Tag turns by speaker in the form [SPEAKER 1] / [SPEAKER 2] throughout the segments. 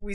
[SPEAKER 1] We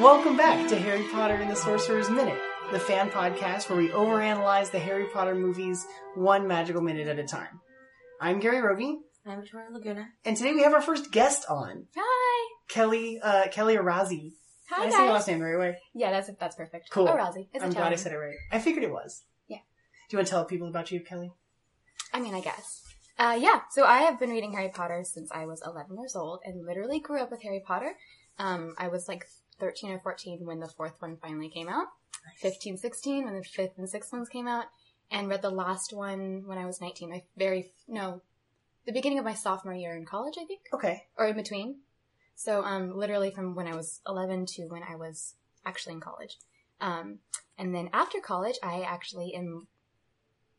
[SPEAKER 2] Welcome back to Harry Potter and the Sorcerer's Minute, the fan podcast where we overanalyze the Harry Potter movies one magical minute at a time. I'm Gary Roby,
[SPEAKER 3] I'm Victoria Laguna.
[SPEAKER 2] and today we have our first guest on,
[SPEAKER 3] Hi.
[SPEAKER 2] Kelly uh, Kelly Arazi. Did
[SPEAKER 3] Hi
[SPEAKER 2] I say your
[SPEAKER 3] guys.
[SPEAKER 2] last name the right way?
[SPEAKER 3] Yeah, that's that's perfect. Oh,
[SPEAKER 2] Cool.
[SPEAKER 3] Arazi. It's
[SPEAKER 2] I'm
[SPEAKER 3] Italian.
[SPEAKER 2] glad I said it right. I figured it was.
[SPEAKER 3] Yeah.
[SPEAKER 2] Do you want to tell people about you, Kelly?
[SPEAKER 3] I mean, I guess. Uh, yeah. So I have been reading Harry Potter since I was 11 years old, and literally grew up with Harry Potter. Um, I was like 13 or 14 when the fourth one finally came out. 15, 16 when the fifth and sixth ones came out, and read the last one when I was 19. My very no, the beginning of my sophomore year in college, I think.
[SPEAKER 2] Okay.
[SPEAKER 3] or in between. So, um, literally from when I was 11 to when I was actually in college. Um, and then after college, I actually am,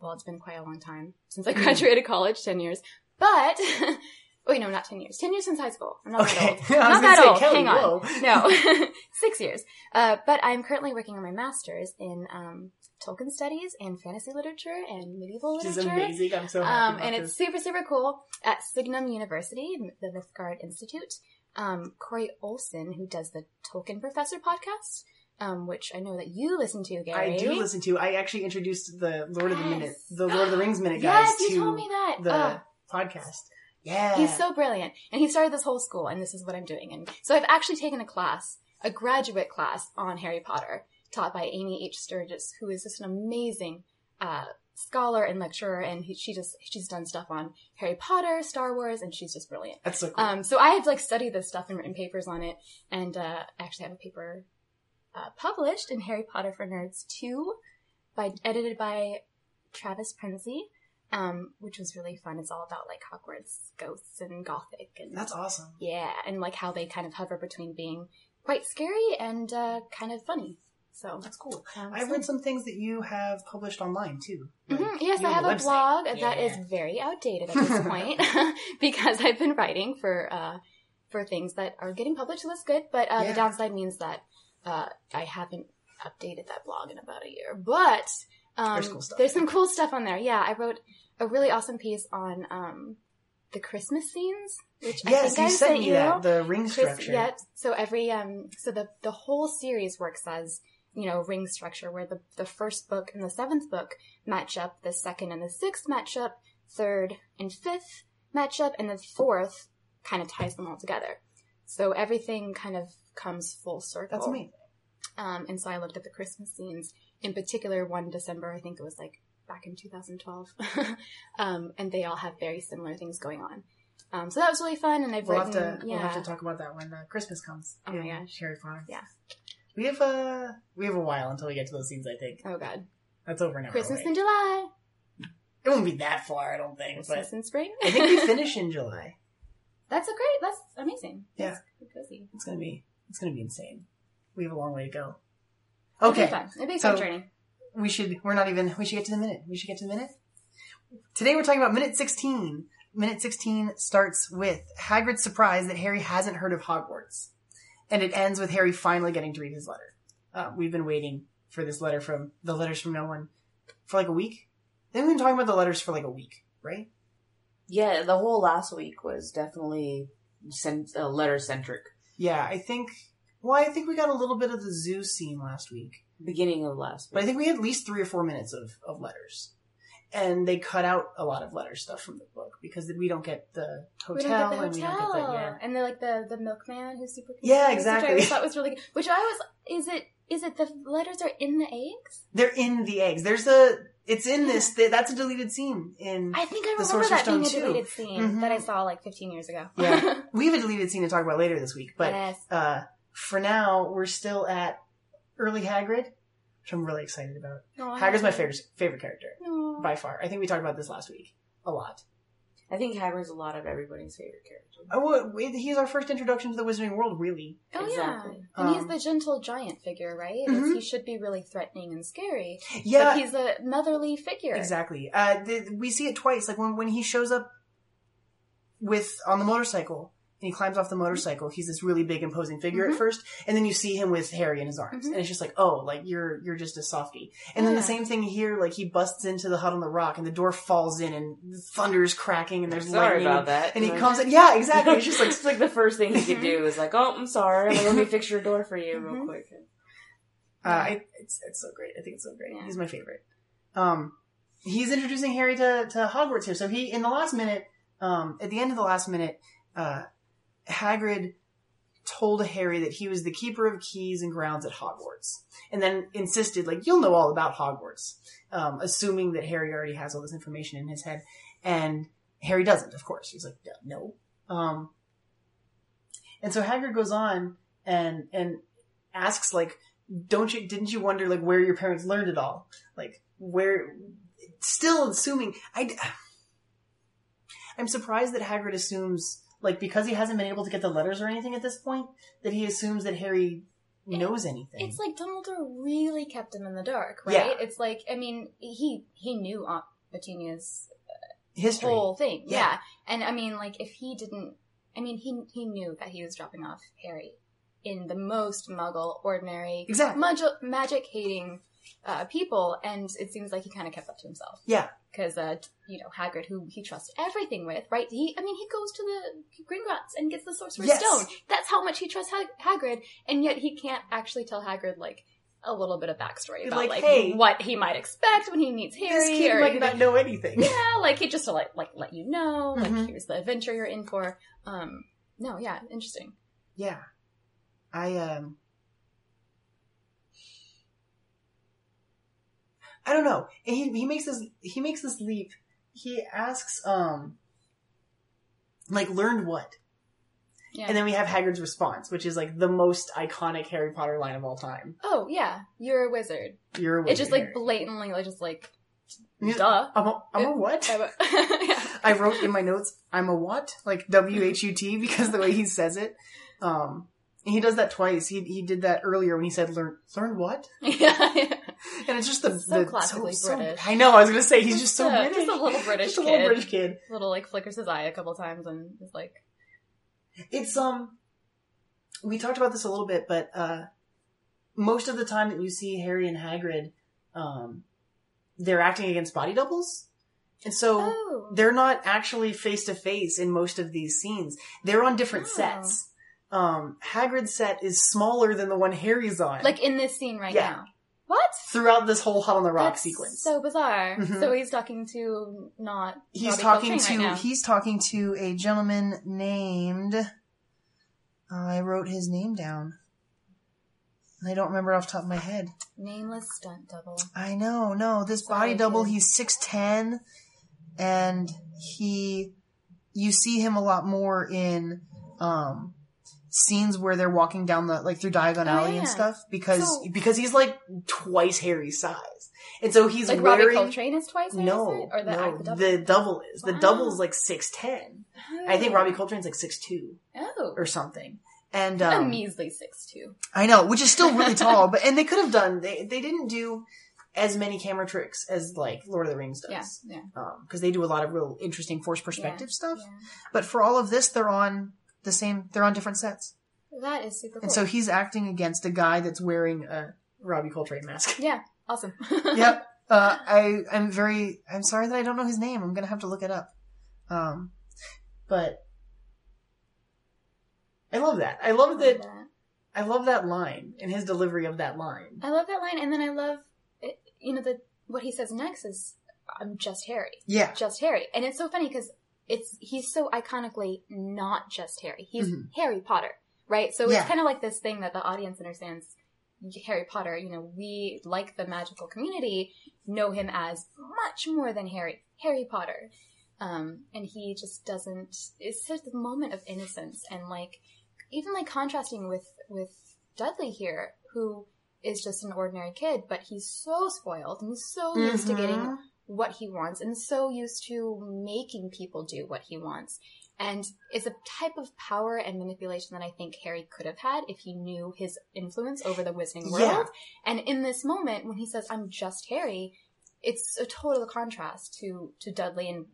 [SPEAKER 3] well, it's been quite a long time since
[SPEAKER 2] Mm-hmm.
[SPEAKER 3] I graduated college, 10 years, but, wait, no, not 10 years, 10 years since high school. I'm not that
[SPEAKER 2] Okay.
[SPEAKER 3] old.
[SPEAKER 2] I was gonna
[SPEAKER 3] Not that
[SPEAKER 2] say,
[SPEAKER 3] old.
[SPEAKER 2] Kelly,
[SPEAKER 3] Hang on.
[SPEAKER 2] whoa.
[SPEAKER 3] No, six years. Uh, but I'm currently working on my master's in, um, Tolkien studies and fantasy literature and medieval
[SPEAKER 2] Which is
[SPEAKER 3] literature.
[SPEAKER 2] amazing. I'm so happy.
[SPEAKER 3] Um,
[SPEAKER 2] about
[SPEAKER 3] and
[SPEAKER 2] this.
[SPEAKER 3] it's super, super cool at Signum University, the Lithgard Institute. Um, Corey Olson, who does the Tolkien Professor podcast, um, which I know that you listen to, Gary.
[SPEAKER 2] I do listen to. I actually introduced the Lord of the
[SPEAKER 3] Yes.
[SPEAKER 2] Minute, the Lord of the Rings Minute guys
[SPEAKER 3] Yes, you
[SPEAKER 2] to
[SPEAKER 3] told me that.
[SPEAKER 2] the
[SPEAKER 3] Ah,
[SPEAKER 2] podcast. Yeah,
[SPEAKER 3] He's so brilliant, and he started this whole school, and this is what I'm doing. And so I've actually taken a class, a graduate class on Harry Potter, taught by Amy H. Sturgis, who is just an amazing uh, scholar and lecturer, and he, she just she's done stuff on Harry Potter, Star Wars, and she's just brilliant.
[SPEAKER 2] that's so cool.
[SPEAKER 3] Um, so I have like studied this stuff and written papers on it, and uh, I actually have a paper uh, published in Harry Potter for Nerds two, by edited by Travis Prinzi, um, which was really fun. It's all about like Hogwarts ghosts and gothic and
[SPEAKER 2] that's awesome.
[SPEAKER 3] yeah, and like how they kind of hover between being quite scary and uh, kind of funny. So
[SPEAKER 2] That's cool.
[SPEAKER 3] um,
[SPEAKER 2] I
[SPEAKER 3] so-
[SPEAKER 2] read some things that you have published online too. Like,
[SPEAKER 3] Mhm, Yes,
[SPEAKER 2] you
[SPEAKER 3] I have a
[SPEAKER 2] website.
[SPEAKER 3] blog that
[SPEAKER 2] Yeah.
[SPEAKER 3] is very outdated at this point because I've been writing for uh, for things that are getting published, so that's good. But uh,
[SPEAKER 2] Yeah.
[SPEAKER 3] the downside means that uh, I haven't updated that blog in about a year. But um,
[SPEAKER 2] There's cool stuff.
[SPEAKER 3] there's some cool stuff on there. Yeah, I wrote a really awesome piece on um, the Christmas scenes, which I
[SPEAKER 2] Yes,
[SPEAKER 3] think
[SPEAKER 2] you
[SPEAKER 3] I
[SPEAKER 2] sent
[SPEAKER 3] sent
[SPEAKER 2] me that the ring
[SPEAKER 3] Chris,
[SPEAKER 2] structure.
[SPEAKER 3] yeah. So every um, so the the whole series works as you know ring structure, where the the first book and the seventh book match up, the second and the sixth match up, third and fifth match up, and the fourth kind of ties them all together. So everything kind of comes full circle.
[SPEAKER 2] That's amazing.
[SPEAKER 3] Um, and so I looked at the Christmas scenes, in particular one December, I think it was like back in 2012. um, and they all have very similar things going on. Um, so that was really fun, and I've
[SPEAKER 2] We'll have
[SPEAKER 3] written,
[SPEAKER 2] to
[SPEAKER 3] yeah.
[SPEAKER 2] we'll have to talk about that when uh, Christmas comes.
[SPEAKER 3] Oh my
[SPEAKER 2] Yeah,
[SPEAKER 3] gosh.
[SPEAKER 2] Harry Potter.
[SPEAKER 3] Yeah.
[SPEAKER 2] we have uh, we have a while until we get to those scenes. I think
[SPEAKER 3] Oh god.
[SPEAKER 2] that's over now.
[SPEAKER 3] Christmas
[SPEAKER 2] right?
[SPEAKER 3] in July.
[SPEAKER 2] it won't be that far, I don't think. But
[SPEAKER 3] Christmas in spring.
[SPEAKER 2] I think we finish in July.
[SPEAKER 3] that's a great. That's amazing.
[SPEAKER 2] Yeah.
[SPEAKER 3] That's pretty cozy.
[SPEAKER 2] It's gonna be it's gonna be insane. We have a long way to go.
[SPEAKER 3] It'll be
[SPEAKER 2] Okay,
[SPEAKER 3] fun. It'll be a
[SPEAKER 2] So-
[SPEAKER 3] fun journey.
[SPEAKER 2] we should we're not even we should get to the minute. We should get to the minute. Today we're talking about minute sixteen. Minute sixteen starts with Hagrid's surprise that Harry hasn't heard of Hogwarts, and it ends with Harry finally getting to read his letter. Uh, we've been waiting for this letter from the letters from no one for like a week. Then we've been talking about the letters for like a week, right?
[SPEAKER 4] Yeah, the whole last week was definitely sent uh, letter centric.
[SPEAKER 2] Yeah, I think. Well, I think we got a little bit of the zoo scene last week.
[SPEAKER 4] Beginning of last
[SPEAKER 2] But I
[SPEAKER 4] week.
[SPEAKER 2] think we had at least three or four minutes of, of letters. And they cut out a lot of letter stuff from the book because we don't get the hotel
[SPEAKER 3] we don't get the
[SPEAKER 2] and we don't get
[SPEAKER 3] hotel,
[SPEAKER 2] the yeah.
[SPEAKER 3] and they're like the the milkman who's super.
[SPEAKER 2] Yeah,
[SPEAKER 3] confused,
[SPEAKER 2] exactly.
[SPEAKER 3] Which I always thought was really good. Which I was. Is it? Is it the letters are in the eggs?
[SPEAKER 2] They're in the eggs. There's a it's in this th- that's a deleted scene in
[SPEAKER 3] I think I
[SPEAKER 2] The
[SPEAKER 3] remember that
[SPEAKER 2] Sorcerer's
[SPEAKER 3] being a
[SPEAKER 2] Stone too.
[SPEAKER 3] deleted scene
[SPEAKER 2] Mhm.
[SPEAKER 3] that I saw like 15 years ago.
[SPEAKER 2] Yeah. we have a deleted scene to talk about later this week, but
[SPEAKER 3] yes.
[SPEAKER 2] uh for now we're still at early Hagrid, which I'm really excited about.
[SPEAKER 3] Aw.
[SPEAKER 2] Hagrid's my favorite favorite character
[SPEAKER 3] Aw.
[SPEAKER 2] by far. I think we talked about this last week a lot.
[SPEAKER 4] I think Hagrid's a lot of everybody's favorite character.
[SPEAKER 2] Oh, well, wait, he's our first introduction to the Wizarding World, really.
[SPEAKER 3] Oh
[SPEAKER 4] Exactly.
[SPEAKER 3] yeah, and he's
[SPEAKER 2] Um,
[SPEAKER 3] the gentle giant figure, right?
[SPEAKER 2] Mhm.
[SPEAKER 3] He should be really threatening and scary,
[SPEAKER 2] Yeah,
[SPEAKER 3] but he's a motherly figure.
[SPEAKER 2] Exactly. Uh, the, we see it twice. Like when, when he shows up with on the motorcycle and he climbs off the motorcycle, he's this really big imposing figure
[SPEAKER 3] Mhm.
[SPEAKER 2] at first, and then you see him with Harry in his arms,
[SPEAKER 3] Mhm.
[SPEAKER 2] and it's just like, oh, like you're you're just a softie. And then
[SPEAKER 3] Yeah.
[SPEAKER 2] the same thing here. Like he busts into the hut on the rock, and the door falls in, and thunder's cracking, and there's
[SPEAKER 4] sorry
[SPEAKER 2] lightning.
[SPEAKER 4] about that.
[SPEAKER 2] And he
[SPEAKER 4] Like-
[SPEAKER 2] comes in. Yeah, exactly. It's just like
[SPEAKER 4] it's like the first thing he could do is like, oh, I'm sorry. Like, Let me fix your door for you
[SPEAKER 3] Mhm.
[SPEAKER 4] real quick.
[SPEAKER 2] Uh, I, it's it's so great. I think it's so great.
[SPEAKER 3] Yeah.
[SPEAKER 2] He's my favorite. Um, he's introducing Harry to, to Hogwarts here. So he in the last minute, um, at the end of the last minute, uh, Hagrid told Harry that he was the keeper of keys and grounds at Hogwarts, and then insisted like you'll know all about Hogwarts, um, assuming that Harry already has all this information in his head, and Harry doesn't. Of course, he's like no. Um, and so Hagrid goes on and and asks like don't you didn't you wonder like where your parents learned it all like where still assuming i i'm surprised that hagrid assumes like because he hasn't been able to get the letters or anything at this point that he assumes that harry knows anything
[SPEAKER 3] It's like Dumbledore really kept him in the dark, right?
[SPEAKER 2] Yeah.
[SPEAKER 3] It's like I mean, he he knew Aunt Petunia's
[SPEAKER 2] history
[SPEAKER 3] whole thing,
[SPEAKER 2] Yeah.
[SPEAKER 3] yeah. And I mean, like if he didn't, I mean, he he knew that he was dropping off Harry in the most Muggle, ordinary,
[SPEAKER 2] exactly
[SPEAKER 3] magic hating uh, people, and it seems like he kind of kept that to himself.
[SPEAKER 2] Yeah.
[SPEAKER 3] because uh, t- you know Hagrid, who he trusts everything with, right? He, I mean, he goes to the Gringotts and gets the Sorcerer's
[SPEAKER 2] Yes.
[SPEAKER 3] Stone. That's how much he trusts Hag- Hagrid, and yet he can't actually tell Hagrid like a little bit of backstory about
[SPEAKER 2] Like,
[SPEAKER 3] like,
[SPEAKER 2] hey,
[SPEAKER 3] what he might expect when he meets
[SPEAKER 2] this
[SPEAKER 3] Harry,
[SPEAKER 2] kid
[SPEAKER 3] or
[SPEAKER 2] might
[SPEAKER 3] you know,
[SPEAKER 2] not know anything
[SPEAKER 3] yeah, like he just to like like let you know,
[SPEAKER 2] Mhm.
[SPEAKER 3] like here's the adventure you're in for. Um, no, yeah, interesting.
[SPEAKER 2] yeah i um i don't know he, he makes this he makes this leap he asks um like learned what
[SPEAKER 3] Yeah.
[SPEAKER 2] And then we have Hagrid's response, which is like the most iconic Harry Potter line of all time.
[SPEAKER 3] oh yeah, you're a wizard.
[SPEAKER 2] You're a wizard.
[SPEAKER 3] It's just like
[SPEAKER 2] Harry.
[SPEAKER 3] blatantly, like just like
[SPEAKER 2] And he's-
[SPEAKER 3] duh.
[SPEAKER 2] I'm a, I'm a what?
[SPEAKER 3] yeah.
[SPEAKER 2] I wrote in my notes, I'm a what? Like W H U T because the way he says it. Um, and he does that twice. He he did that earlier when he said learn learn what, and it's just the
[SPEAKER 3] So
[SPEAKER 2] the-
[SPEAKER 3] classically British.
[SPEAKER 2] I know. I was gonna say he's just so
[SPEAKER 3] a,
[SPEAKER 2] British.
[SPEAKER 3] Just a little British
[SPEAKER 2] Just a
[SPEAKER 3] kid.
[SPEAKER 2] little British kid.
[SPEAKER 3] Little like flickers his eye a couple times and is like,
[SPEAKER 2] it's um we talked about this a little bit but uh most of the time that you see harry and hagrid um they're acting against body doubles and so
[SPEAKER 3] oh,
[SPEAKER 2] they're not actually face to face in most of these scenes they're on different
[SPEAKER 3] Oh.
[SPEAKER 2] sets um hagrid's set is smaller than the one harry's on
[SPEAKER 3] like in this scene right
[SPEAKER 2] Yeah.
[SPEAKER 3] now. What?
[SPEAKER 2] throughout this whole hot on the rock
[SPEAKER 3] That's
[SPEAKER 2] sequence
[SPEAKER 3] So bizarre.
[SPEAKER 2] Mhm.
[SPEAKER 3] So he's talking to not.
[SPEAKER 2] he's
[SPEAKER 3] Robbie
[SPEAKER 2] talking
[SPEAKER 3] Coltrane
[SPEAKER 2] to
[SPEAKER 3] right now.
[SPEAKER 2] he's talking to a gentleman named oh, I wrote his name down. And I don't remember off the top of my head.
[SPEAKER 3] nameless stunt double.
[SPEAKER 2] I know, no, this
[SPEAKER 3] Sorry,
[SPEAKER 2] body double,
[SPEAKER 3] kid.
[SPEAKER 2] he's 6'10 and he you see him a lot more in um scenes where they're walking down the like through Diagon
[SPEAKER 3] Oh,
[SPEAKER 2] Alley
[SPEAKER 3] yeah.
[SPEAKER 2] and stuff because
[SPEAKER 3] So-
[SPEAKER 2] because he's like twice Harry's size. And so he's
[SPEAKER 3] Like Robbie
[SPEAKER 2] wearing
[SPEAKER 3] Coltrane is twice. or
[SPEAKER 2] no,
[SPEAKER 3] is it? or the,
[SPEAKER 2] no, the
[SPEAKER 3] the double.
[SPEAKER 2] double is the
[SPEAKER 3] Wow.
[SPEAKER 2] double's like six ten. I think Robbie Coltrane's like six two
[SPEAKER 3] Oh,
[SPEAKER 2] or something. And
[SPEAKER 3] a
[SPEAKER 2] um,
[SPEAKER 3] measly six two.
[SPEAKER 2] I know, which is still really tall. But and they could have done they they didn't do as many camera tricks as like Lord of the Rings
[SPEAKER 3] Yeah,
[SPEAKER 2] does
[SPEAKER 3] yeah,
[SPEAKER 2] because they do a lot of real interesting forced perspective stuff.
[SPEAKER 3] yeah.
[SPEAKER 2] But for all of this, they're on the same. They're on different sets,
[SPEAKER 3] That is super cool.
[SPEAKER 2] and so he's acting against a guy that's wearing a Robbie Coltrane mask.
[SPEAKER 3] yeah, awesome.
[SPEAKER 2] yep. Uh, I I'm very I'm sorry that I don't know his name. I'm gonna have to look it up. Um, but I love that. I love that. I love that line and his delivery of that line.
[SPEAKER 3] I love that line, and then I love, it, you know, the what he says next is, "I'm just Harry,
[SPEAKER 2] Yeah.
[SPEAKER 3] just Harry," and it's so funny because it's he's so iconically not just Harry; he's
[SPEAKER 2] Mhm.
[SPEAKER 3] Harry Potter, right? So
[SPEAKER 2] Yeah.
[SPEAKER 3] it's kind of like this thing that the audience understands. Harry Potter, you know, we like the magical community know him as much more than Harry Harry Potter, um, and he just doesn't. It's such a moment of innocence and like even like contrasting with with Dudley here, who is just an ordinary kid, but he's so spoiled and he's so
[SPEAKER 2] Mhm.
[SPEAKER 3] instigating what he wants and so used to making people do what he wants. And it's a type of power and manipulation that I think Harry could have had if he knew his influence over the Wizarding World.
[SPEAKER 2] Yeah.
[SPEAKER 3] And in this moment, when he says, I'm just Harry, it's a total contrast to, to Dudley and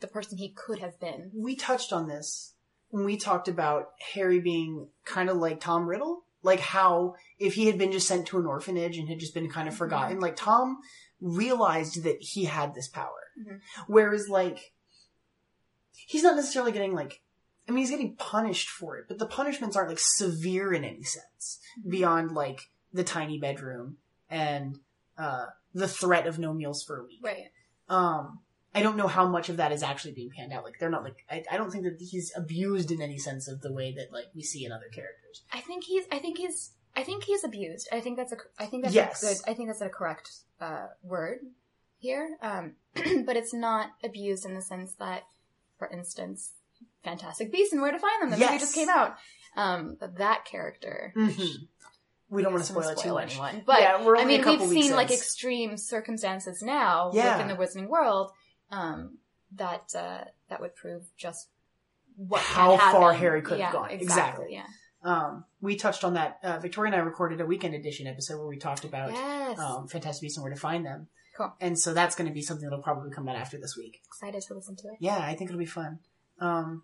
[SPEAKER 3] the person he could have been.
[SPEAKER 2] we touched on this when we talked about Harry being kind of like Tom Riddle. Like how if he had been just sent to an orphanage and had just been kind of forgotten, like Tom realized that he had this power.
[SPEAKER 3] Mhm.
[SPEAKER 2] Whereas like, he's not necessarily getting like, I mean, he's getting punished for it, but the punishments aren't like severe in any sense beyond like the tiny bedroom and, uh, the threat of no meals for a week.
[SPEAKER 3] Right.
[SPEAKER 2] Um, I don't know how much of that is actually being panned out. Like, they're not like, I, I don't think that he's abused in any sense of the way that, like, we see in other characters.
[SPEAKER 3] I think he's. I think he's. I think he's abused. I think that's a. I think that's
[SPEAKER 2] Yes.
[SPEAKER 3] a good. I think that's a correct uh, word here. Um, but it's not abused in the sense that, for instance, Fantastic Beasts and Where to Find Them, the movie
[SPEAKER 2] Yes.
[SPEAKER 3] just came out. Um, but that character.
[SPEAKER 2] We don't
[SPEAKER 3] I
[SPEAKER 2] want to
[SPEAKER 3] guess I'm
[SPEAKER 2] Mm-hmm. spoil it too
[SPEAKER 3] spoiling
[SPEAKER 2] much.
[SPEAKER 3] anyone, but
[SPEAKER 2] yeah, we're
[SPEAKER 3] I
[SPEAKER 2] only
[SPEAKER 3] mean,
[SPEAKER 2] a
[SPEAKER 3] we've
[SPEAKER 2] couple weeks
[SPEAKER 3] seen like
[SPEAKER 2] in.
[SPEAKER 3] extreme circumstances now
[SPEAKER 2] Yeah.
[SPEAKER 3] within the Wizarding world. Um, that uh, that would prove just what
[SPEAKER 2] How
[SPEAKER 3] can happen.
[SPEAKER 2] far Harry could have
[SPEAKER 3] Yeah,
[SPEAKER 2] gone. Exactly.
[SPEAKER 3] Exactly. Yeah.
[SPEAKER 2] um, we touched on that. Uh, Victoria and I recorded a weekend edition episode where we talked about
[SPEAKER 3] Yes.
[SPEAKER 2] um, Fantastic Beasts and where to find them.
[SPEAKER 3] Cool.
[SPEAKER 2] And so that's going to be something that'll probably come out after this week.
[SPEAKER 3] Excited to listen to it.
[SPEAKER 2] yeah, I think it'll be fun. Um,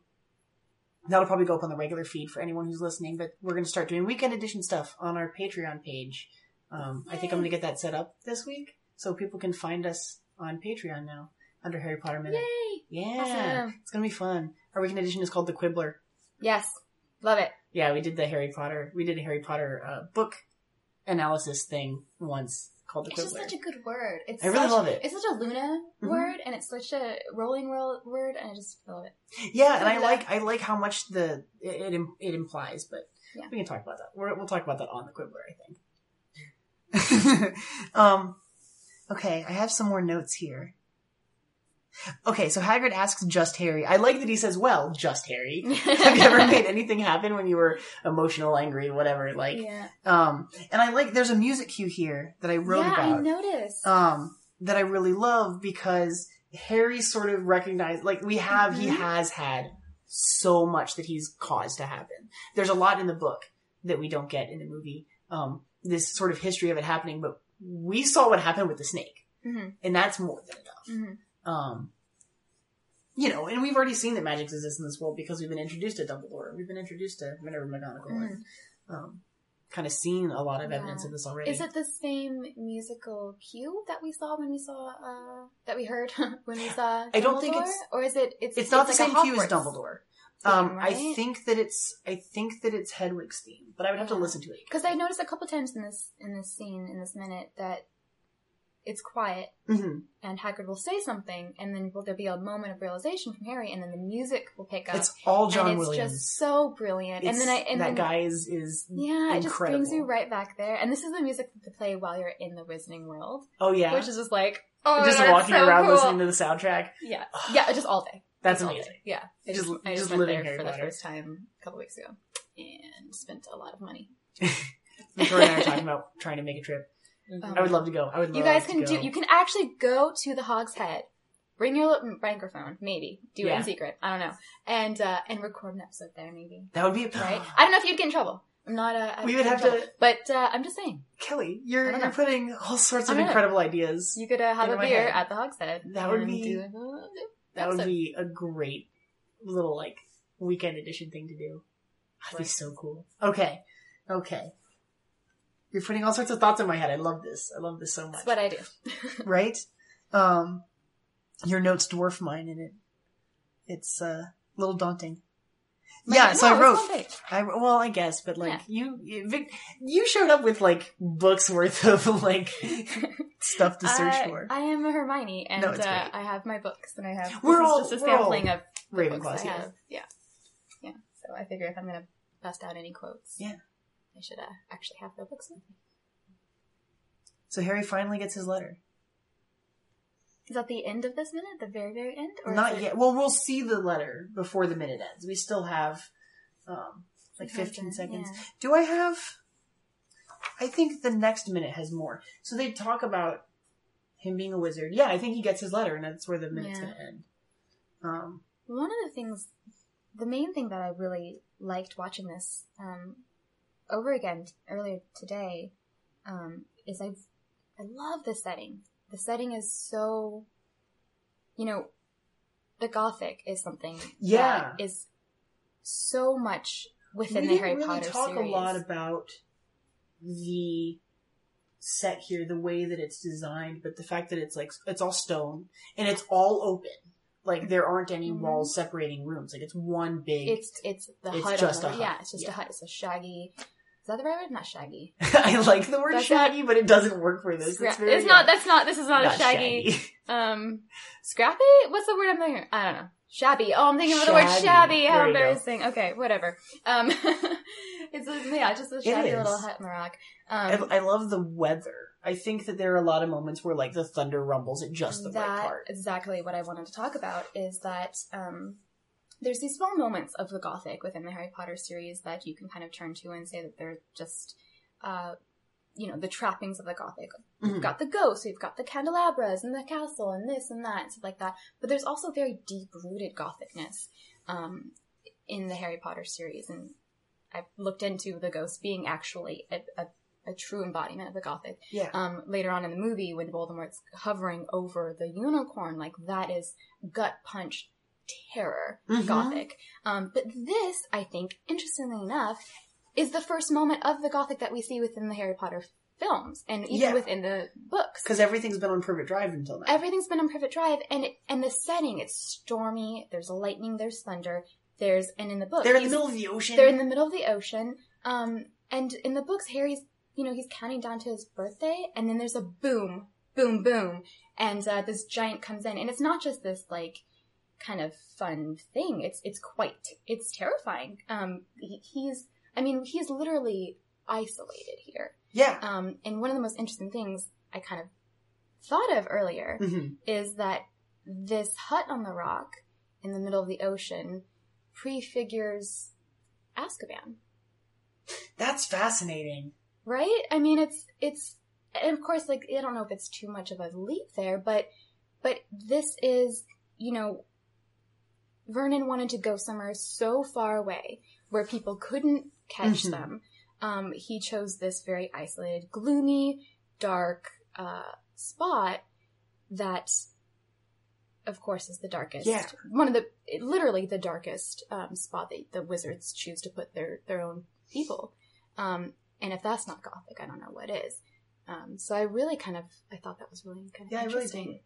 [SPEAKER 2] that'll probably go up on the regular feed for anyone who's listening, but we're going to start doing weekend edition stuff on our Patreon page. Um, I think I'm going to get that set up this week so people can find us on Patreon now under Harry Potter Minute.
[SPEAKER 3] Yay!
[SPEAKER 2] Yeah,
[SPEAKER 3] Awesome.
[SPEAKER 2] it's going to be fun. Our weekend edition is called The Quibbler.
[SPEAKER 3] Yes. Love it.
[SPEAKER 2] Yeah, we did the Harry Potter, we did a Harry Potter uh, book analysis thing once called The
[SPEAKER 3] It's just
[SPEAKER 2] Quibbler.
[SPEAKER 3] such a good word. It's
[SPEAKER 2] I really
[SPEAKER 3] such,
[SPEAKER 2] love it.
[SPEAKER 3] It's such a Luna
[SPEAKER 2] Mhm.
[SPEAKER 3] word, and it's such a rolling roll word, and I just love it.
[SPEAKER 2] Yeah, and I
[SPEAKER 3] Yeah.
[SPEAKER 2] like I like how much the it it, it implies, but
[SPEAKER 3] Yeah.
[SPEAKER 2] we can talk about that. We're, we'll talk about that on the Quibbler, I think. um, okay, I have some more notes here. Okay, so Hagrid asks just Harry. I like that he says, "Well, just Harry." have you ever made anything happen when you were emotional, angry, whatever? Like,
[SPEAKER 3] yeah.
[SPEAKER 2] um, and I like there's a music cue here that I wrote
[SPEAKER 3] yeah,
[SPEAKER 2] about
[SPEAKER 3] I noticed.
[SPEAKER 2] um, that I really love because Harry sort of recognized, like we have, he
[SPEAKER 3] Mhm.
[SPEAKER 2] has had so much that he's caused to happen. There's a lot in the book that we don't get in the movie. Um, this sort of history of it happening, but we saw what happened with the snake,
[SPEAKER 3] Mhm.
[SPEAKER 2] and that's more than enough.
[SPEAKER 3] Mhm.
[SPEAKER 2] Um, you know, and we've already seen that magic exists in this world because we've been introduced to Dumbledore, we've been introduced to Minerva McGonagall, and, um, kind of seen a lot of evidence
[SPEAKER 3] Mm-hmm. Yeah.
[SPEAKER 2] of this already.
[SPEAKER 3] Is it the same musical cue that we saw when we saw uh, that we heard when we saw?
[SPEAKER 2] I don't think
[SPEAKER 3] Dumbledore?
[SPEAKER 2] it's-
[SPEAKER 3] or is it? It's,
[SPEAKER 2] it's not the
[SPEAKER 3] like a
[SPEAKER 2] same cue as
[SPEAKER 3] Hogwarts
[SPEAKER 2] Dumbledore.
[SPEAKER 3] theme,
[SPEAKER 2] um, I
[SPEAKER 3] right?
[SPEAKER 2] think that it's I think that it's Hedwig's theme, but I would have to
[SPEAKER 3] Yeah.
[SPEAKER 2] listen to it
[SPEAKER 3] because I noticed a couple times in this in this scene in this minute that it's quiet
[SPEAKER 2] hmm
[SPEAKER 3] and Hagrid will say something, and then will there be a moment of realization from Harry, and then the music will pick up,
[SPEAKER 2] It's all John
[SPEAKER 3] and it's
[SPEAKER 2] Williams.
[SPEAKER 3] just so brilliant. and then I
[SPEAKER 2] It's-
[SPEAKER 3] and
[SPEAKER 2] that
[SPEAKER 3] then,
[SPEAKER 2] guy is is
[SPEAKER 3] yeah, it just brings you
[SPEAKER 2] incredible.
[SPEAKER 3] right back there. And this is the music to play while you're in the Wizarding World,
[SPEAKER 2] oh yeah,
[SPEAKER 3] which is just like oh,
[SPEAKER 2] just
[SPEAKER 3] that's
[SPEAKER 2] walking
[SPEAKER 3] so
[SPEAKER 2] around
[SPEAKER 3] cool.
[SPEAKER 2] listening to the soundtrack.
[SPEAKER 3] yeah, yeah, just all day.
[SPEAKER 2] That's
[SPEAKER 3] Just all
[SPEAKER 2] amazing.
[SPEAKER 3] day. Yeah, I
[SPEAKER 2] Just-
[SPEAKER 3] just, I
[SPEAKER 2] just
[SPEAKER 3] just went
[SPEAKER 2] living
[SPEAKER 3] there
[SPEAKER 2] Harry
[SPEAKER 3] for the
[SPEAKER 2] Potter.
[SPEAKER 3] first time a couple weeks ago, and spent a lot of money.
[SPEAKER 2] Victoria and I are talking about trying to make a trip.
[SPEAKER 4] Mm-hmm.
[SPEAKER 2] I would love to go. I would. Love
[SPEAKER 3] You guys
[SPEAKER 2] to
[SPEAKER 3] can do.
[SPEAKER 2] go.
[SPEAKER 3] You can actually go to the Hogshead. Bring your little microphone, maybe. Do it
[SPEAKER 2] Yeah.
[SPEAKER 3] in secret. I don't know, and uh, and record an episode there, maybe.
[SPEAKER 2] That would be a
[SPEAKER 3] Right? I don't know if you'd get in trouble. I'm not a. I
[SPEAKER 2] We
[SPEAKER 3] don't
[SPEAKER 2] would
[SPEAKER 3] get in
[SPEAKER 2] have to-
[SPEAKER 3] trouble. But uh, I'm just saying,
[SPEAKER 2] Kelly, you're
[SPEAKER 3] I don't
[SPEAKER 2] you're
[SPEAKER 3] know.
[SPEAKER 2] putting all sorts
[SPEAKER 3] I
[SPEAKER 2] of
[SPEAKER 3] don't know.
[SPEAKER 2] incredible ideas.
[SPEAKER 3] you could uh, have
[SPEAKER 2] Into
[SPEAKER 3] a
[SPEAKER 2] my
[SPEAKER 3] beer
[SPEAKER 2] head.
[SPEAKER 3] at the Hogshead.
[SPEAKER 2] That would
[SPEAKER 3] and
[SPEAKER 2] be-
[SPEAKER 3] do a-
[SPEAKER 2] that would
[SPEAKER 3] episode.
[SPEAKER 2] be a great little like weekend edition thing to do. That'd be
[SPEAKER 4] Right.
[SPEAKER 2] so cool. Okay, okay. You're putting all sorts of thoughts in my head. I love this. I love this so much.
[SPEAKER 3] That's what I do.
[SPEAKER 2] right? Um, your notes dwarf mine, and it it's uh, a little daunting.
[SPEAKER 3] My-
[SPEAKER 2] yeah, so
[SPEAKER 3] no,
[SPEAKER 2] I
[SPEAKER 3] it's
[SPEAKER 2] wrote.
[SPEAKER 3] one page.
[SPEAKER 2] I well, I guess, but like
[SPEAKER 3] Yeah.
[SPEAKER 2] you, you, Vic, you showed up with like books worth of like stuff to search
[SPEAKER 3] I,
[SPEAKER 2] for.
[SPEAKER 3] I am a Hermione, and
[SPEAKER 2] No, it's
[SPEAKER 3] uh,
[SPEAKER 2] great.
[SPEAKER 3] I have my books, and I have.
[SPEAKER 2] We're
[SPEAKER 3] this is
[SPEAKER 2] all-
[SPEAKER 3] just a
[SPEAKER 2] we're all
[SPEAKER 3] sampling of the
[SPEAKER 2] Ravenclaw,
[SPEAKER 3] books I
[SPEAKER 2] yeah.
[SPEAKER 3] have. Yeah, yeah. So I figure if I'm gonna bust out any quotes,
[SPEAKER 2] Yeah.
[SPEAKER 3] I should uh, actually have the books with me.
[SPEAKER 2] So Harry finally gets his letter.
[SPEAKER 3] Is that the end of this minute? The very, very end? is
[SPEAKER 2] Not
[SPEAKER 3] it-
[SPEAKER 2] yet. Well, we'll see the letter before the minute ends. We still have um, like
[SPEAKER 3] Sometimes
[SPEAKER 2] 15
[SPEAKER 3] then,
[SPEAKER 2] seconds.
[SPEAKER 3] yeah.
[SPEAKER 2] Do I have? I think the next minute has more. So they talk about him being a wizard. Yeah, I think he gets his letter, and that's where the minute's
[SPEAKER 3] Yeah.
[SPEAKER 2] going to end. Um,
[SPEAKER 3] One of the things, the main thing that I really liked watching this um, over again t- earlier today um, is I, I love the setting. The setting is so, you know, the Gothic is something
[SPEAKER 2] Yeah.
[SPEAKER 3] that is so much within
[SPEAKER 2] we
[SPEAKER 3] the
[SPEAKER 2] didn't
[SPEAKER 3] Harry
[SPEAKER 2] really
[SPEAKER 3] Potter
[SPEAKER 2] talk
[SPEAKER 3] series.
[SPEAKER 2] a lot about the set here, the way that it's designed, but the fact that it's like it's all stone and it's all open. Like there aren't any
[SPEAKER 3] Mhm.
[SPEAKER 2] walls separating rooms. Like it's one big.
[SPEAKER 3] it's it's the
[SPEAKER 2] It's
[SPEAKER 3] hut. of
[SPEAKER 2] just
[SPEAKER 3] the-
[SPEAKER 2] a hut,
[SPEAKER 3] Yeah, it's just
[SPEAKER 2] yeah.
[SPEAKER 3] a hut. It's a shaggy. Is that the right word? Not shaggy.
[SPEAKER 2] I like the word
[SPEAKER 3] That's
[SPEAKER 2] shaggy, but it doesn't work for this.
[SPEAKER 3] Scra-
[SPEAKER 2] it's very uh,
[SPEAKER 3] it's not. That's not. This is not,
[SPEAKER 2] not
[SPEAKER 3] a shaggy. um scrappy what's the word i'm thinking i don't know shabby oh i'm thinking of the word
[SPEAKER 2] Shabby.
[SPEAKER 3] shabby how
[SPEAKER 2] There you go.
[SPEAKER 3] embarrassing okay whatever um it's a- yeah just a shabby
[SPEAKER 2] is.
[SPEAKER 3] little hut in the rock um
[SPEAKER 2] I, I love the weather. I think that there are a lot of moments where like the thunder rumbles at just the
[SPEAKER 3] that
[SPEAKER 2] right part.
[SPEAKER 3] exactly what i wanted to talk about is that um there's these small moments of the gothic within the harry potter series that you can kind of turn to and say that they're just uh you know the trappings of the gothic
[SPEAKER 2] Mhm.
[SPEAKER 3] We've got the ghosts, we've got the candelabras and the castle and this and that, and stuff like that. But there's also very deep rooted gothicness um, in the Harry Potter series. And I've looked into the ghost being actually a, a, a true embodiment of the gothic.
[SPEAKER 2] Yeah.
[SPEAKER 3] Um, later on in the movie, when Voldemort's hovering over the unicorn, like that is gut punch terror
[SPEAKER 2] Mhm.
[SPEAKER 3] gothic. Um, but this, I think, interestingly enough, is the first moment of the gothic that we see within the Harry Potter films and even
[SPEAKER 2] Yeah.
[SPEAKER 3] within the books.
[SPEAKER 2] Because everything's been on Privet Drive until now.
[SPEAKER 3] Everything's been on Privet Drive, and it, and the setting it's stormy. There's lightning. There's thunder. There's and in the book
[SPEAKER 2] they're in the
[SPEAKER 3] he's-
[SPEAKER 2] middle of the ocean.
[SPEAKER 3] they're in the middle of the ocean. Um, and in the books, Harry's, you know, he's counting down to his birthday, and then there's a boom, boom, boom, and uh, this giant comes in, and it's not just this like kind of fun thing. It's it's quite it's terrifying. Um, he, he's, I mean, he's literally isolated here.
[SPEAKER 2] yeah.
[SPEAKER 3] Um, and one of the most interesting things I kind of thought of earlier
[SPEAKER 2] Mhm.
[SPEAKER 3] is that this hut on the rock in the middle of the ocean prefigures Azkaban,
[SPEAKER 2] That's fascinating.
[SPEAKER 3] right? I mean, it's it's and of course, like I don't know if it's too much of a leap there, but but this is you know, Vernon wanted to go somewhere so far away where people couldn't catch
[SPEAKER 2] Mhm.
[SPEAKER 3] them. Um, he chose this very isolated, gloomy, dark uh, spot that, of course, is the darkest.
[SPEAKER 2] Yeah.
[SPEAKER 3] One of the literally the darkest um, spot that the wizards choose to put their their own people. Um, and if that's not gothic, I don't know what is. Um, so I really kind of I thought that was really kind of
[SPEAKER 2] Yeah, I really
[SPEAKER 3] interesting.
[SPEAKER 2] dig it.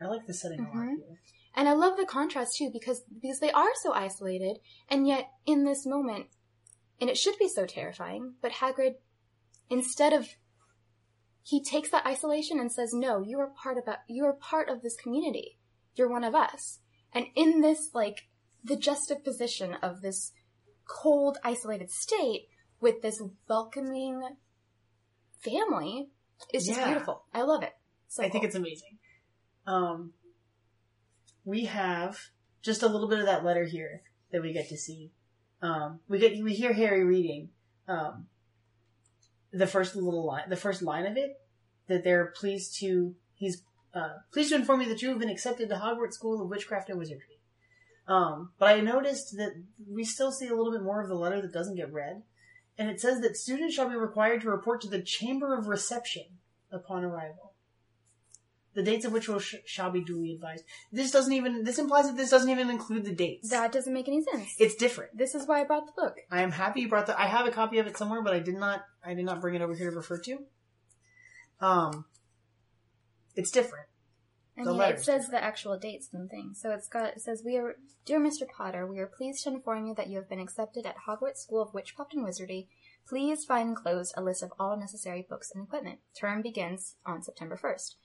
[SPEAKER 2] I like the setting a lot.
[SPEAKER 3] Mhm.
[SPEAKER 2] here.
[SPEAKER 3] And I love the contrast too because because they are so isolated and yet in this moment and it should be so terrifying, but Hagrid instead of he takes that isolation and says, "No, you are part about you are part of this community. You're one of us." And in this like the juxtaposition of this cold isolated state with this welcoming family is just
[SPEAKER 2] Yeah.
[SPEAKER 3] beautiful. I love it. So
[SPEAKER 2] I think
[SPEAKER 3] cool.
[SPEAKER 2] it's amazing. Um, we have just a little bit of that letter here that we get to see. Um, we get we hear Harry reading um, the first little line, the first line of it, that they're pleased to he's uh, pleased to inform you that you have been accepted to Hogwarts School of Witchcraft and Wizardry. Um, but I noticed that we still see a little bit more of the letter that doesn't get read, and it says that students shall be required to report to the Chamber of Reception upon arrival the dates of which will sh- shall be duly advised. This doesn't even this implies that this doesn't even include the dates.
[SPEAKER 3] that doesn't make any sense.
[SPEAKER 2] it's different.
[SPEAKER 3] This is why I brought the book.
[SPEAKER 2] I am happy you brought that. I have a copy of it somewhere, but I did not. I did not bring it over here to refer to. Um, it's different.
[SPEAKER 3] And
[SPEAKER 2] The
[SPEAKER 3] yeah, it
[SPEAKER 2] letters
[SPEAKER 3] says the actual dates and things. So it's got it says we are dear Mr. Potter, we are pleased to inform you that you have been accepted at Hogwarts School of Witchcraft and Wizardry. Please find enclosed a list of all necessary books and equipment. Term begins on September first.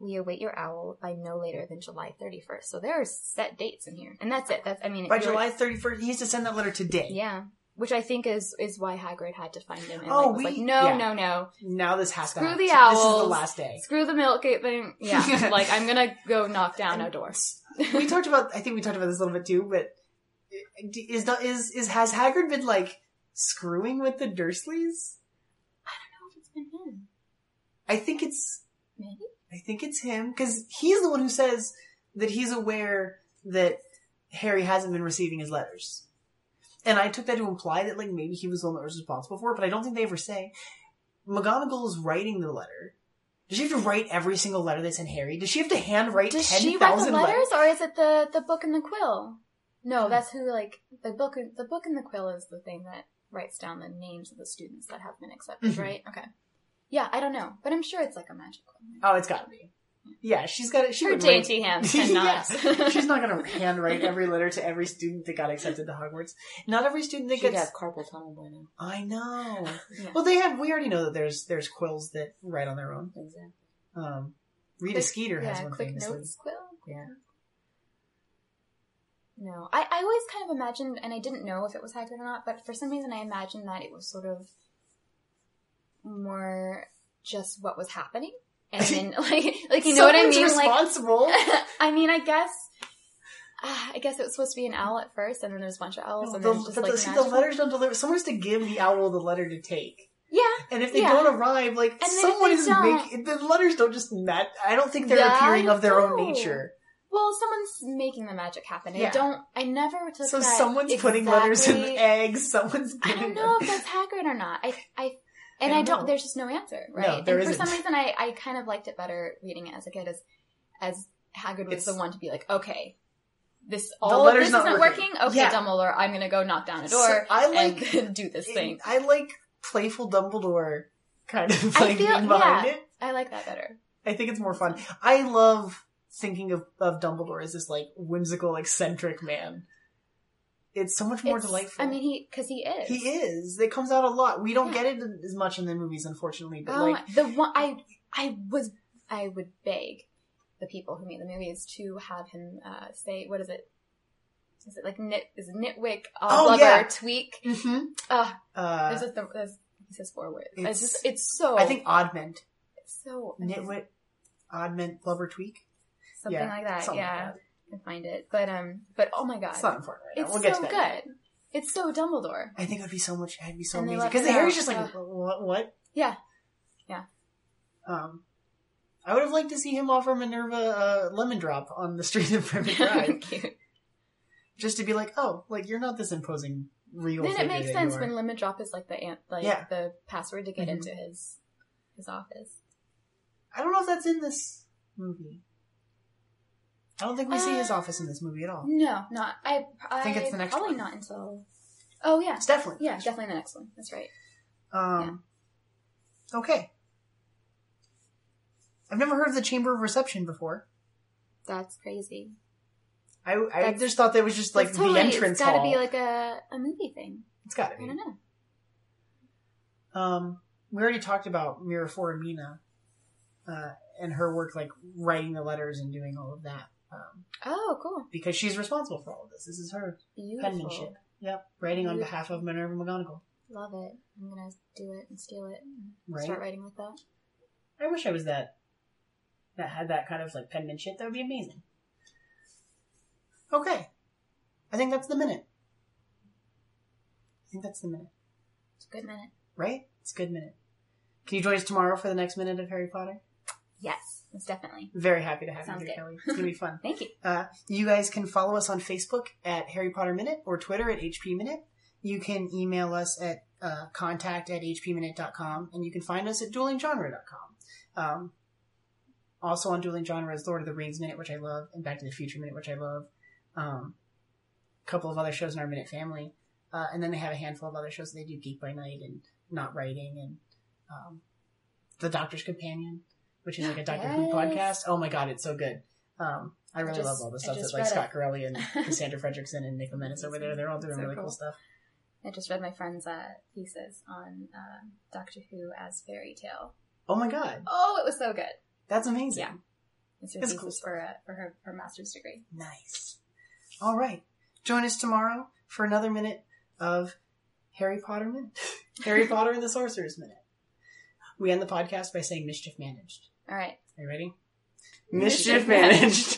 [SPEAKER 3] We await your owl by no later than July thirty first. So there are set dates in here, and that's it. That's I mean if
[SPEAKER 2] By
[SPEAKER 3] you were-
[SPEAKER 2] July thirty first, he has to send that letter today.
[SPEAKER 3] yeah, which I think is is why Hagrid had to find him. And
[SPEAKER 2] Oh,
[SPEAKER 3] like, was
[SPEAKER 2] we-
[SPEAKER 3] like no,
[SPEAKER 2] yeah.
[SPEAKER 3] no, no,
[SPEAKER 2] Now this has to
[SPEAKER 3] Screw
[SPEAKER 2] happen.
[SPEAKER 3] the
[SPEAKER 2] This is the
[SPEAKER 3] owls.
[SPEAKER 2] last day.
[SPEAKER 3] screw the milk gate thing. Yeah, like I'm gonna go knock down a door.
[SPEAKER 2] we talked about. I think we talked about this a little bit too. But is not is is has Haggard been like screwing with the Dursleys?
[SPEAKER 3] I don't know if it's been him.
[SPEAKER 2] I think it's
[SPEAKER 3] Maybe.
[SPEAKER 2] I think it's him because he's the one who says that he's aware that Harry hasn't been receiving his letters. And I took that to imply that like maybe he was the one that was responsible for it, but I don't think they ever say. McGonagall is writing the letter. Does she have to write every single letter they send Harry? Does she have to handwrite
[SPEAKER 3] Does she
[SPEAKER 2] ten
[SPEAKER 3] write the
[SPEAKER 2] thousand
[SPEAKER 3] letters,
[SPEAKER 2] letters? Hmm.
[SPEAKER 3] or is it the the book and the quill? No, that's who like the book. The book and the quill is the thing that writes down the names of the students that have been accepted,
[SPEAKER 2] Mhm.
[SPEAKER 3] right? Okay. Yeah, I don't know, but I'm sure it's like a magical.
[SPEAKER 2] Oh, it's got to be. Yeah, she's got it. She
[SPEAKER 3] Her
[SPEAKER 2] would write-
[SPEAKER 3] dainty hands
[SPEAKER 2] Yeah.
[SPEAKER 3] cannot.
[SPEAKER 2] She's not going to handwrite every letter to every student that got accepted to Hogwarts. Not every student that
[SPEAKER 4] She'd
[SPEAKER 2] gets.
[SPEAKER 4] have carpal tunnel by now.
[SPEAKER 2] I know.
[SPEAKER 3] Yeah.
[SPEAKER 2] Well, they have. We already know that there's there's quills that write on their own.
[SPEAKER 4] Exactly.
[SPEAKER 2] Um, Rita
[SPEAKER 3] Quick-
[SPEAKER 2] Skeeter has
[SPEAKER 3] yeah,
[SPEAKER 2] one
[SPEAKER 3] quick
[SPEAKER 2] famously.
[SPEAKER 3] notes quill.
[SPEAKER 2] Yeah.
[SPEAKER 3] No, I, I always kind of imagined, and I didn't know if it was Hagrid or not, but for some reason I imagined that it was sort of more just what was happening, and then like like you know what I
[SPEAKER 2] Someone's
[SPEAKER 3] mean? Like
[SPEAKER 2] Responsible.
[SPEAKER 3] I mean, I guess. ah, I guess it was supposed to be an owl at first, and then there's a bunch of owls, and
[SPEAKER 2] Oh, the,
[SPEAKER 3] then just
[SPEAKER 2] but
[SPEAKER 3] like
[SPEAKER 2] the, see, the
[SPEAKER 3] magical-
[SPEAKER 2] letters don't deliver. Someone's to give the owl the letter to take,
[SPEAKER 3] Yeah,
[SPEAKER 2] and if they
[SPEAKER 3] Yeah.
[SPEAKER 2] don't arrive, like
[SPEAKER 3] then if
[SPEAKER 2] someone
[SPEAKER 3] they
[SPEAKER 2] is
[SPEAKER 3] don't-
[SPEAKER 2] making the letters don't just match. I don't think they're
[SPEAKER 3] Yeah, I
[SPEAKER 2] appearing of their own
[SPEAKER 3] know.
[SPEAKER 2] nature.
[SPEAKER 3] well, someone's making the magic happen. I
[SPEAKER 2] Yeah.
[SPEAKER 3] don't. I never took.
[SPEAKER 2] So
[SPEAKER 3] that
[SPEAKER 2] someone's putting letters in
[SPEAKER 3] exactly-
[SPEAKER 2] eggs. Someone's
[SPEAKER 3] I
[SPEAKER 2] giving
[SPEAKER 3] don't
[SPEAKER 2] them-
[SPEAKER 3] know if that's Hagrid or not. I, I, and
[SPEAKER 2] I
[SPEAKER 3] I
[SPEAKER 2] don't
[SPEAKER 3] don't.
[SPEAKER 2] know.
[SPEAKER 3] There's just no answer,
[SPEAKER 2] No,
[SPEAKER 3] right?
[SPEAKER 2] there
[SPEAKER 3] and for
[SPEAKER 2] isn't.
[SPEAKER 3] some reason, I, I kind of liked it better reading it as a kid, as, as Hagrid was
[SPEAKER 2] It's-
[SPEAKER 3] the one to be like, okay, this all of
[SPEAKER 2] letter's
[SPEAKER 3] this
[SPEAKER 2] not
[SPEAKER 3] isn't
[SPEAKER 2] working.
[SPEAKER 3] working. Okay,
[SPEAKER 2] Yeah.
[SPEAKER 3] Dumbledore, I'm gonna go knock down a
[SPEAKER 2] So
[SPEAKER 3] door
[SPEAKER 2] I like
[SPEAKER 3] and do this thing.
[SPEAKER 2] I like playful Dumbledore kind of
[SPEAKER 3] I
[SPEAKER 2] like
[SPEAKER 3] feel-
[SPEAKER 2] being behind
[SPEAKER 3] yeah.
[SPEAKER 2] it.
[SPEAKER 3] I like that better.
[SPEAKER 2] I think it's more fun. I love thinking of, of Dumbledore as this like whimsical, eccentric man. It's so much more
[SPEAKER 3] It's-
[SPEAKER 2] delightful.
[SPEAKER 3] I mean, he because he is.
[SPEAKER 2] he is. It comes out a lot. We don't
[SPEAKER 3] Yeah.
[SPEAKER 2] get it as much in the movies, unfortunately. But
[SPEAKER 3] Oh,
[SPEAKER 2] like,
[SPEAKER 3] the one I I was I would beg the people who made the movies to have him uh, say what is it? Is it like nit? Is it nitwick?
[SPEAKER 2] Oh,
[SPEAKER 3] All blubber
[SPEAKER 2] yeah.
[SPEAKER 3] tweak.
[SPEAKER 2] mm-hmm.
[SPEAKER 3] Ugh.
[SPEAKER 2] uh,
[SPEAKER 3] There's a th- there's, he says four words. It's,
[SPEAKER 2] it's-
[SPEAKER 3] just it's so
[SPEAKER 2] I think Oddment,
[SPEAKER 3] it's so
[SPEAKER 2] Nitwit, Oddment, Blubber Tweak,
[SPEAKER 3] something
[SPEAKER 2] yeah,
[SPEAKER 3] like that.
[SPEAKER 2] something like
[SPEAKER 3] Uh, yeah,
[SPEAKER 2] that.
[SPEAKER 3] I can find it. But um, but oh my god,
[SPEAKER 2] It's not important right now.
[SPEAKER 3] it's
[SPEAKER 2] We'll get
[SPEAKER 3] so
[SPEAKER 2] to that.
[SPEAKER 3] good. It's so Dumbledore.
[SPEAKER 2] I think it would be so much. I'd be so
[SPEAKER 3] And they
[SPEAKER 2] amazing
[SPEAKER 3] left
[SPEAKER 2] because the
[SPEAKER 3] it
[SPEAKER 2] Harry's
[SPEAKER 3] out.
[SPEAKER 2] just like what? What?
[SPEAKER 3] Yeah. Yeah.
[SPEAKER 2] Um, I would have liked to see him offer Minerva a lemon drop on the street of Private Drive,
[SPEAKER 3] Cute.
[SPEAKER 2] just to be like, oh, like you're not this imposing real.
[SPEAKER 3] Then
[SPEAKER 2] figure
[SPEAKER 3] it makes
[SPEAKER 2] that
[SPEAKER 3] sense
[SPEAKER 2] you are.
[SPEAKER 3] when Lemon Drop is like the ant, like
[SPEAKER 2] Yeah.
[SPEAKER 3] the password to get
[SPEAKER 2] Mhm.
[SPEAKER 3] into his his office.
[SPEAKER 2] I don't know if that's in this movie. I don't think we see his
[SPEAKER 3] Uh,
[SPEAKER 2] office in this movie at all.
[SPEAKER 3] No, not. I, I
[SPEAKER 2] think it's the next
[SPEAKER 3] probably
[SPEAKER 2] one.
[SPEAKER 3] not until. Oh yeah,
[SPEAKER 2] It's definitely
[SPEAKER 3] yeah, definitely the next one. That's right.
[SPEAKER 2] Um, Okay. I've never heard of the Chamber of Reception before.
[SPEAKER 3] That's crazy.
[SPEAKER 2] I, I
[SPEAKER 3] That's-
[SPEAKER 2] just thought that was just like
[SPEAKER 3] That's totally-
[SPEAKER 2] the entrance
[SPEAKER 3] It's gotta
[SPEAKER 2] hall.
[SPEAKER 3] be like a, a movie thing.
[SPEAKER 2] it's gotta
[SPEAKER 3] I
[SPEAKER 2] be.
[SPEAKER 3] don't know.
[SPEAKER 2] Um, we already talked about Mira Foramina, uh, and her work, like writing the letters and doing all of that, um,
[SPEAKER 3] Oh, cool.
[SPEAKER 2] because she's responsible for all of this. This is her
[SPEAKER 3] Beautiful.
[SPEAKER 2] penmanship. Yep, writing on behalf of Minerva McGonagall.
[SPEAKER 3] Love it. I'm gonna do it and steal it. And
[SPEAKER 2] Right.
[SPEAKER 3] Start writing with that.
[SPEAKER 2] I wish I was that that had that kind of like penmanship. That would be amazing. Okay, I think that's the minute. I think that's the minute,
[SPEAKER 3] It's a good minute.
[SPEAKER 2] right? It's a good minute. Can you join us tomorrow for the next minute of Harry Potter?
[SPEAKER 3] Yes, most definitely.
[SPEAKER 2] Very happy to have
[SPEAKER 3] Sounds
[SPEAKER 2] you
[SPEAKER 3] good.
[SPEAKER 2] here, Kelly. It's gonna be fun.
[SPEAKER 3] Thank you.
[SPEAKER 2] Uh, you guys can follow us on Facebook at Harry Potter Minute or Twitter at HP Minute. You can email us at uh, contact at hpminute.com and you can find us at duelinggenre.com. Um, also on Dueling Genre is Lord of the Rings Minute, which I love, and Back to the Future Minute, which I love. Um, a couple of other shows in our Minute family. Uh, and then they have a handful of other shows that they do Geek by Night and Not Writing and um, The Doctor's Companion, which is like a Doctor Who
[SPEAKER 3] Yes.
[SPEAKER 2] podcast. Oh my god, it's so good. Um, I really
[SPEAKER 3] just-
[SPEAKER 2] love all the
[SPEAKER 3] I
[SPEAKER 2] stuff that
[SPEAKER 3] just
[SPEAKER 2] like
[SPEAKER 3] read it.
[SPEAKER 2] Scott Corelli and Cassandra Fredrickson and Nick Menace over there. They're all doing
[SPEAKER 3] So
[SPEAKER 2] really cool
[SPEAKER 3] cool.
[SPEAKER 2] stuff.
[SPEAKER 3] I just read my friend's uh, thesis on uh, Doctor Who as fairy tale.
[SPEAKER 2] Oh my god,
[SPEAKER 3] Oh, it was so good.
[SPEAKER 2] that's amazing.
[SPEAKER 3] Yeah. It's her
[SPEAKER 2] That's
[SPEAKER 3] thesis
[SPEAKER 2] cool.
[SPEAKER 3] for, a, for her, her master's degree.
[SPEAKER 2] Nice. All right, join us tomorrow for another minute of Harry Potter minute, Harry Potter and the Sorcerer's minute. We end the podcast by saying mischief managed.
[SPEAKER 3] All right.
[SPEAKER 2] Are you ready?
[SPEAKER 4] Mischief managed.